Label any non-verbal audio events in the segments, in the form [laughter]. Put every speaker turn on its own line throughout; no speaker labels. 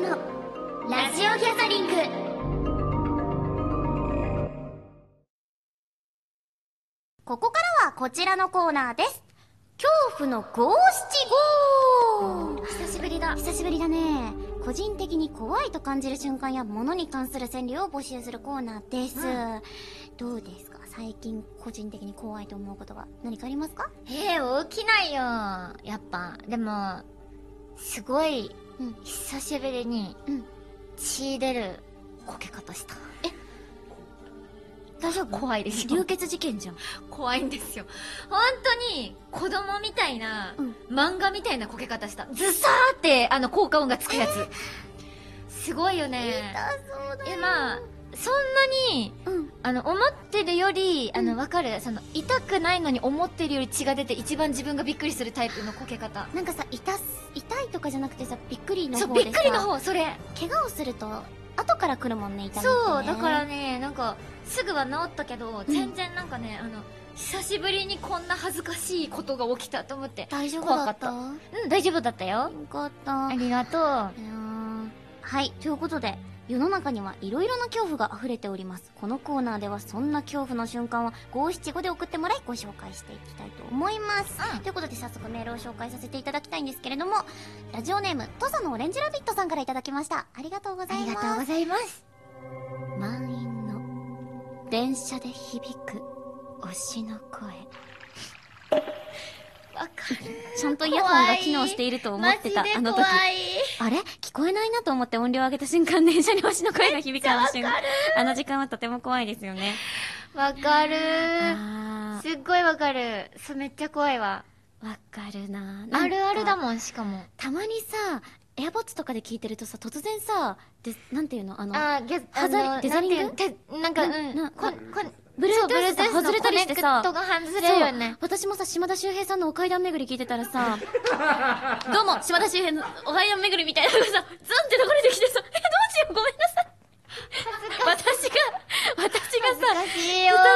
のラジオギャザリングここからはこちらのコーナーです恐怖の五七五久しぶりだ久しぶりだね個人的に怖いと感じる瞬間や物に関する川柳を募集するコーナーです、どうですか最近個人的に怖いと思うことは何かありますか
えー、起きないよ。やっぱ。でも、すごい、
うん
久しぶりに、
うん
血出るこけ方した。
大丈夫
怖いです
流
よ。
血事件じゃん
怖いんですよ。本当に、子供みたいな、
うん
漫画みたいなこけ方した。ズサーって、あの、効果音がつくやつ。すごいよね。
そう
え、まあ、そんなに、
うん
あの、思ってるより、あ
う
の、
ん
わかるその、痛くないのに思ってるより血が出て一番自分がびっくりするタイプのこけ方。
なんかさ痛す痛いとかじゃなくてさびっくりの
そ
方
う、
で
び
さ
っくりの方、それ。
怪我をすると後から来るもんね痛みってね
そう、だからね、なんか、すぐは治ったけど、
うん
全然なんかね、あの、久しぶりにこんな恥ずかしいことが起きたと思って。
大丈夫だった
怖うん、大丈夫だったよ。
よかった
ありがと
い
う。
やーはい、ということで、世の中にはいろいろな恐怖が溢れております。このコーナーではそんな恐怖の瞬間を五七五で送ってもらいご紹介していきたいと思います。
うん
ということで早速メールを紹介させていただきたいんですけれども、ラジオネーム、土佐のオレンジラビットさんからいただきました。ありがとうございます。
ざいます。
満員の電車で響く推しの声。
わかる。
ちゃんとイヤホンが機能していると思
マ
っ
ジ
て
で
た、
怖
あの時。
い。
あれ聞こえないなと思って音量を上げた瞬間、電車に推しの声が響くあの瞬間。あの時間はとても怖いですよね。
わかる。
あ
すっごいわかる。そう、めっちゃ怖いわ。
ー、わかるな
あるあるだ
ん。
もん、しかも。
たまにさ、エアポッツとかで聞いてるとさ、突然さ、で、なんていうのあの、
あー、ギャ
ハザリ
あの
デザリング
なんていうてなんか、う。
ななん
こん、こん、
ブルートゥースさ外れたりしてさ
コネクトが外れるよね。
私もさ、島田秀平さんのお階段巡り聞いてたら
[laughs]
さ、どうも、島田秀平のお階段巡りみたいなのがさ、ズンって流れてきてさ、え、どうしよう、ごめんなさい。私が、私がさ、
難し
私
いよ。
がさ、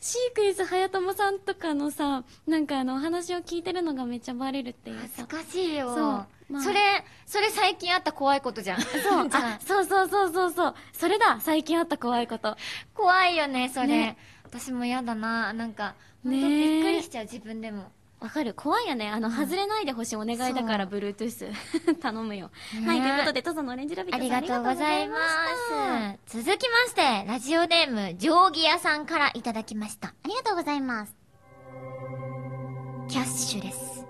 シークエス早友さんとかのさ、なんかあの、お話を聞いてるのがめっちゃバレるっていう
恥ず
さ。
かしい
そ
よ。
うまあ
それ、それ最近あった怖いことじゃん。そ
[laughs]
う
そう、
[laughs] じゃ
あ
ん、
そうそうそうそうそう。それだ、最近あった怖いこと。
怖いよね、それ。
ね
私も嫌だな。なんか、ほん
ね
と
え
びっくりしちゃう、自分でも。
わかる怖いよね。あの、外れないでほしいお願いだから、Bluetooth [laughs] 頼むよ。
ね
はい、ということで、トザのオレンジラビッ
あ
トさ
り
ん
がとうございま
あ
す。続きまして、ラジオネーム、定規屋さんからいただきました。
りがとうございます。
キャッシュレス。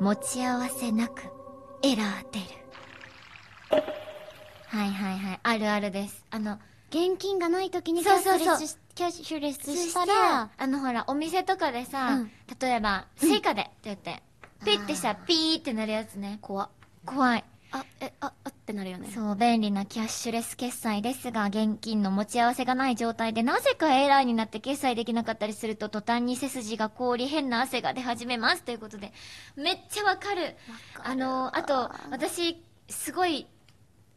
持ち合わせなく、エラー出る。はいはいはい。あるあるです。あの、
現金がない時にキ
そ
ャ
う
ッシ
そう
ュ
そう
レスし、キャッシュレス
そ
し
したた
ら
ら、、あのほら、お店とかでさ、
うん
例えば、スイカでって言って、ピッてしたら
あー
ピーってなるやつね。
怖っ
怖い。
あ、え、あ、あってなるよね。
そう、便利なキャッシュレス決済ですが、現金の持ち合わせがない状態で、なぜかエラーになって決済できなかったりすると、途端に背筋が凍り、変な汗が出始めます。ということで、めっちゃわ
か
かる。
る
あの、あと、私、すごい、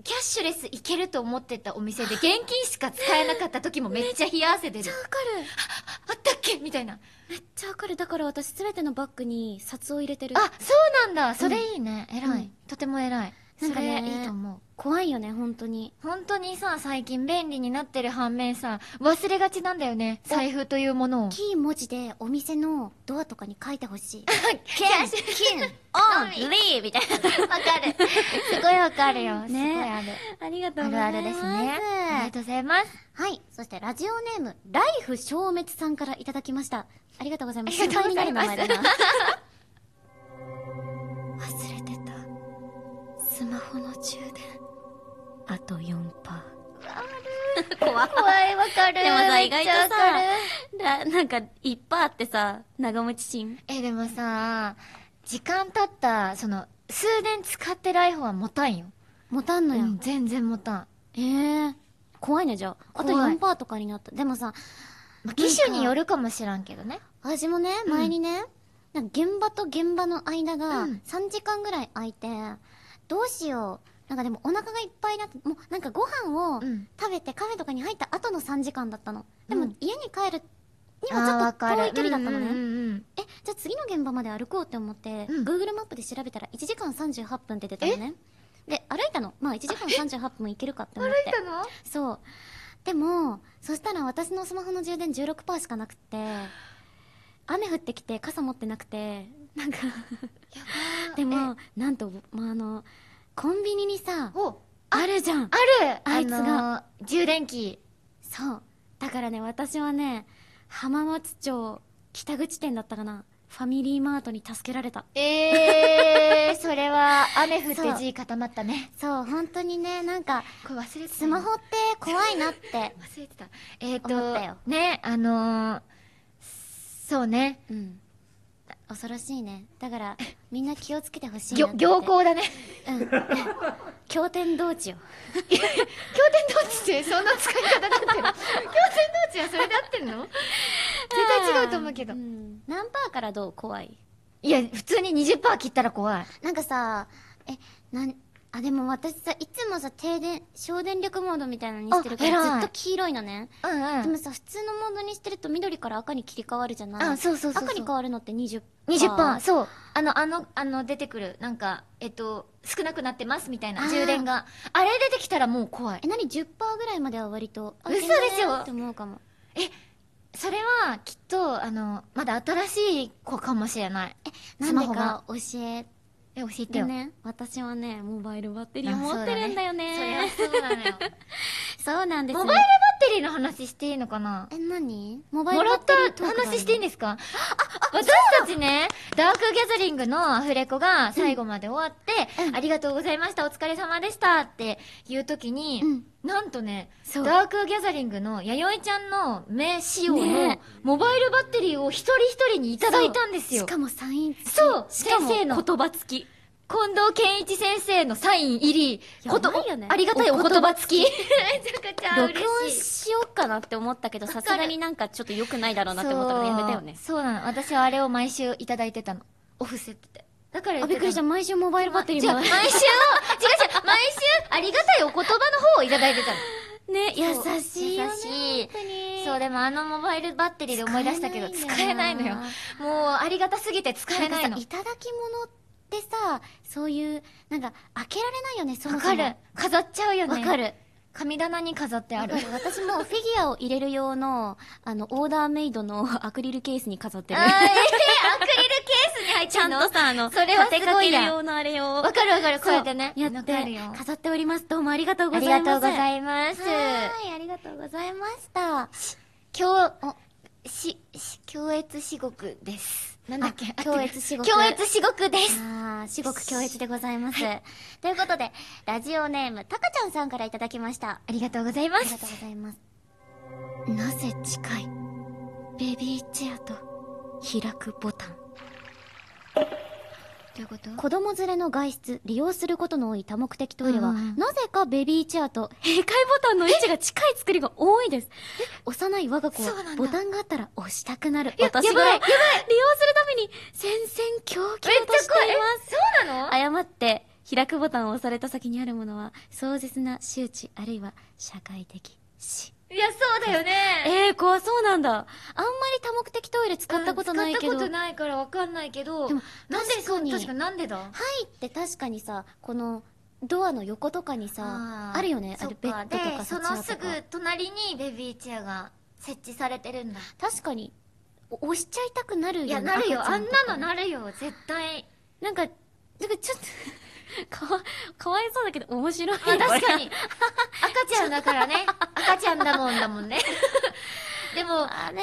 キャッシュレスいけると思ってたお店で、現金しか使えなかった時もめっちゃ冷や汗出る。
わかる。
あったっけみたいな。
めっちゃわかる。だから私すべてのバッグに札を入れてる。
あ、そうなんだ。それいいね。偉い、
うん
とても偉い。
な
なんん
か
か
ね
ね、いいと思う。
怖いよね、本当に。
本当にさ、最近便利になってる反面さ、忘れがちなんだよね。財布というものを。
キー文字でお店のドアとかに書いてほしい。
キャッシュ
金、
オン
リーみたいな。
わかる。すごいわかるよ。
ね
すごいある。
ありがとう
あ
ご
る
ざ
あ
います。
るですね。ありがとうございます。
はい。そしてラジオネーム、ライフ消滅さんからいただきました。ありがとうございます。
ありがとうございます
心配になる名前だな [laughs] 忘れてた。スマホの充電。あと4%。怖っ
怖い、わかる。
でもさ、
め
意
っち
外と
ゃ
さ
わかる。、
らなんか、いっぱいあってさ、長持ちしん。
え、でもさ、時間経った、その、数年使ってる iPhone は持たんよ。
持たんのよ。
うん全然持たん。
ええ怖いね、じゃあ。あと
怖い
4%とかになった。でもさ、
まあ、機種によるかもしらんけどね。
私もね、
ん
前にね、なんか現場と現場の間が
うん
3時間ぐらい空いて、どうしよう。なんかでもお腹がいっぱいだった。もうなんかご飯を
うん
食べてカフェとかに入った後の3時間だったの。でも
うん
家に帰るに
あー
は
わ
ちょっと
かる
遠い距離だったのね。
うんうんうん
え、じゃあ次の現場まで歩こうって思って、
うん
Google マップで調べたら1時間38分って出たのね。で、歩いたたの。まあ1時間38分いけるかって思っ
歩い
て。
たの
そう。でも、そしたら私のスマホの充電16%しかなくって、雨降ってきて傘持ってなくて、なん
[laughs]
か、でも、なんと、まあ、あの、コンビニにさ、
お
あるじゃん
ある
あいつが
あのー充電器
そう。だからね、私はね、浜松町北口店だったかな。ファミリーマートに助けられた。
え [laughs] ー、それは雨降
そう
って字固まったね
そう、本当にね、なんか、
これ忘れてた
スマホって怖いなって。
忘れてたえっ、ー、
思ったよ
とねあのー、そうね
うん。恐ろしいね。だから、みんな気をつけてほしいな
行
って。
行行だね
うん。経典同地よ。
経典統治ってそんな使い方だって [laughs] る経典統治はそれで合ってるの絶対違うと思うけど
ん何パーからどう怖い
いや普通に20%切ったら怖い
なんかさ、え、なん、あ、でも私さ、いつもさ、停電、省電力モードみたいなのにしてるか
あ
ら、
偉
ず
い
っと黄色いのね。
うん
でもさ、普通のモードにしてると緑から赤に切り替わるじゃない
あそうそうそうそう
赤に変わるのって20%。
20%そうあのあのあの出てくるなんかえっと少なくなってますみたい
あ
な
ー
充電があれ出てきたらもう怖い
え、なに10%ぐらいまでは割と。あ
嘘でしょ
全然って思うかも。
それはきっとあのまだ新しい子かもしれない
な
ス
ん
マ
で
ホ
か
が
教え
え教えて
て
よ、
ね。私はね、モバイルバッテリーを
あ
持ってるんだよね。
そりゃそう [laughs] なのよ
そうなんです
モバイルバッテリーの話していいのかな
え、何モバイ
も
ル
ら
バッ
っ
テリー
た
トークだよね
話していいんですか私たちね、ダークギャザリングのアフレコが最後まで終わって、
うん
ありがとうございました、お疲れ様でしたっていう時に、
うん
なんとね、
そう
ダークギャザリングの弥生ちゃんの名仕様の
ね
モバイルバッテリーを一人一人にいただいたんですよ
し。かもサイン付き
そう
しかも
先生の
言葉付き。
近藤健一先生のサイン入り、
やばいよね
ことありがたいお言葉付 [laughs] き。めちゃくちゃ
録音
嬉しい。
しようかなって思ったけど、さすがになんかちょっと良くないだろうなって思ったからやめたよね。
そうそうなの。私はあれを毎週いただいてたの。オフセットで。だから言
あ、
っ
び
てた
っくりした。
の
毎週モバイルバッテリー
じゃあ
もら
毎
え
週を、違う違う、毎週、ありがたいお言葉の方をいただいてたの。
ね、
そう
優しいよね。
優しい
本当に
そう、でもあのモバイルバッテリーで思い出したけど、
使
使
え
え
な
ないい
んだ
の
よ
よ。もう、ありがたすぎて使えない
んか
の
さ。いただき物ってさ、そういう、なんか、開けられないよね、そ
わ
もそ
か
も。
る。飾っちゃうよね。
わかる。
神棚に飾ってあ
わ
る
か。る。私もフィギュアを入れる用の、あの、オーダーメイドの [laughs] アクリルケースに飾ってる。
あーえーアクリルケースに入
[laughs]
っ
ち
[laughs]
ゃんとさ、あの、
それはすご
立
いや
てかける用のあれを。
わかるわかる、こうやってね。
そうや
わ
っ
かる
て
よ。
飾っております。どうもありがとうご
あ
ざ
り
い
が
ます。
とうござ
い
います。
はい、ありがとうございました。
今日、し、し、共越至極です。なんだっけ
あ共越至極
共越至極です。
ああ、至極強烈でございます。ということで、ラジオネーム、たかちゃんさんからいただきました。
ありがとうございま
あり
す
が。とうございます。なぜ近いベビーチェアと開くボタン。
どういうこと
子供連れの外出、利用することの多い多目的トイレは、
うんうん
なぜかベビーチェアと [laughs] 閉会ボタンの位置が近い作りが多いです。幼い我が子は
そうなんだ
ボタンがあったら押したくなる。
や
私が [laughs] 利
や
用
ばい
す
や
る
ば
ために戦々恐々としています。
そうなの
誤って開くボタンを押された先にあるものは、壮絶な周知あるいは社会的死。
いや、そうだよね。
ええー、怖そうなんだ。あんまり多目的トイレ使ったことないけど。
使ったことないからわかんないけど。
でも
なんでそう
確かに
確かなんでだ
入って確かにさこのドアの横とかにさあるよねあ
そっ
れベッドとか
で
さ
その
チェ
す
アと
ぐ
か
隣にベビーチェアが設置されてるんだ。
確かにお押しちゃいたくなるよ
い
ね
や、なるよ。
赤ち
あ
ゃ
ん
と
な
か
のなるよ。絶対。 [laughs]
なんかなんかちょっとかわかわいそうだけど面白い、
まあ確か
に
[laughs] に。赤ちゃんだからね。赤ちゃんだもんだも [laughs] んね。でも、う
あれ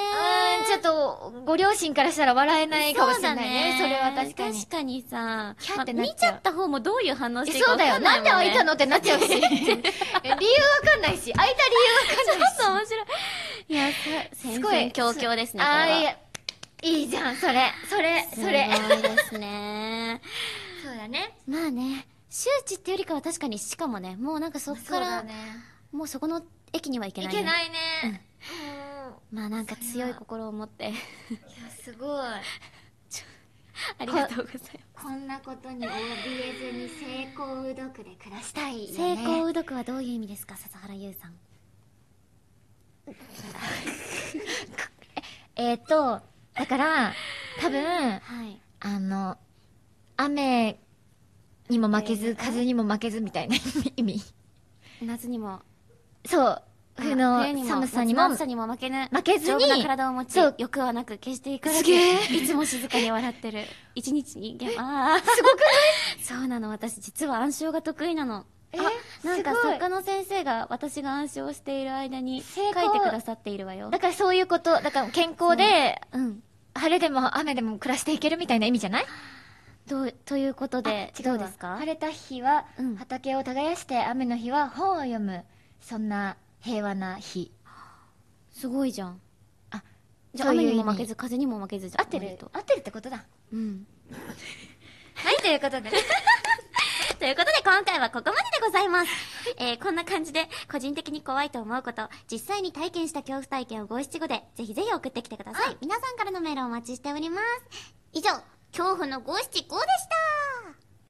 ーん、ちょっと、ご両親からしたら笑えないかもしれないね。そ
そうだ
れは確かに
確。かにさ
キャって
ま
な
あ
っちゃう
見ちゃった方もどういう反応していいか
そうだよ。
わ
なんで
か
開い
いも
た
んね
のってなっちゃうし。理由 [laughs] わかんないし。開いた理由わかん [laughs] ないし。
ちょっと面白いいやさ
す
戦
ご
々
い
恐々ですねこれは
あーいやいいじゃん、それ。それ、それ。
すごいですね
そうだね。
まあね、周知ってよりかは確かにしかもね、もうなんかそっ
そ
か
うだ
ら、
ね。
もうそこの駅にはいけ
い
ない、
け
い。
ないね。うん
まあなんか強い心を持って、
いや、すご
[laughs]
い。
ありがとうございます。
こんなことに怯えずに成功うどくで暮らしたいよ
成
ね。
功うどくはどういう意味ですか、笹原優さん。
えっ、と、だから、多分、
はい。
あの、雨にも負けず、風にも負けずみたいな意味。
夏にも
そう。冬の
冬にも
寒さにも
夏の暑さにも負けぬ
負けずに
丈夫な体を持ち
そう
欲はなく決していくだ
すげえ
けいつも静かに笑ってる一日にゲああすごくそうなの私実は暗唱が得意なの
え
あなんか
すごい
作家の先生が私が暗唱している間に書
成
い
功
てくださっているわよ
だからそういうこと、だから健康で、
うん
晴れでも雨でも暮らしていけるみたいな意味じゃない
どうということで
あ違う
ど
わ
うですか
晴れた日は
うん
畑を耕して、雨の日は本を読む。そんな平和な日。
すごいじゃん
あ
じゃあ
そういう
雨
意味
にも負けず風にも負けずじゃん
合ってる
割と
合ってるってことだ。
うん
はい、ということで。
ということで今回はここまででござい [laughs] ます。えー、こんな感じで個人的に怖いと思うこと、実際に体験した恐怖体験を五七五でぜひぜひ送ってきてください。皆さんからのメールをお待ちしております。以上、恐怖の五七五でした。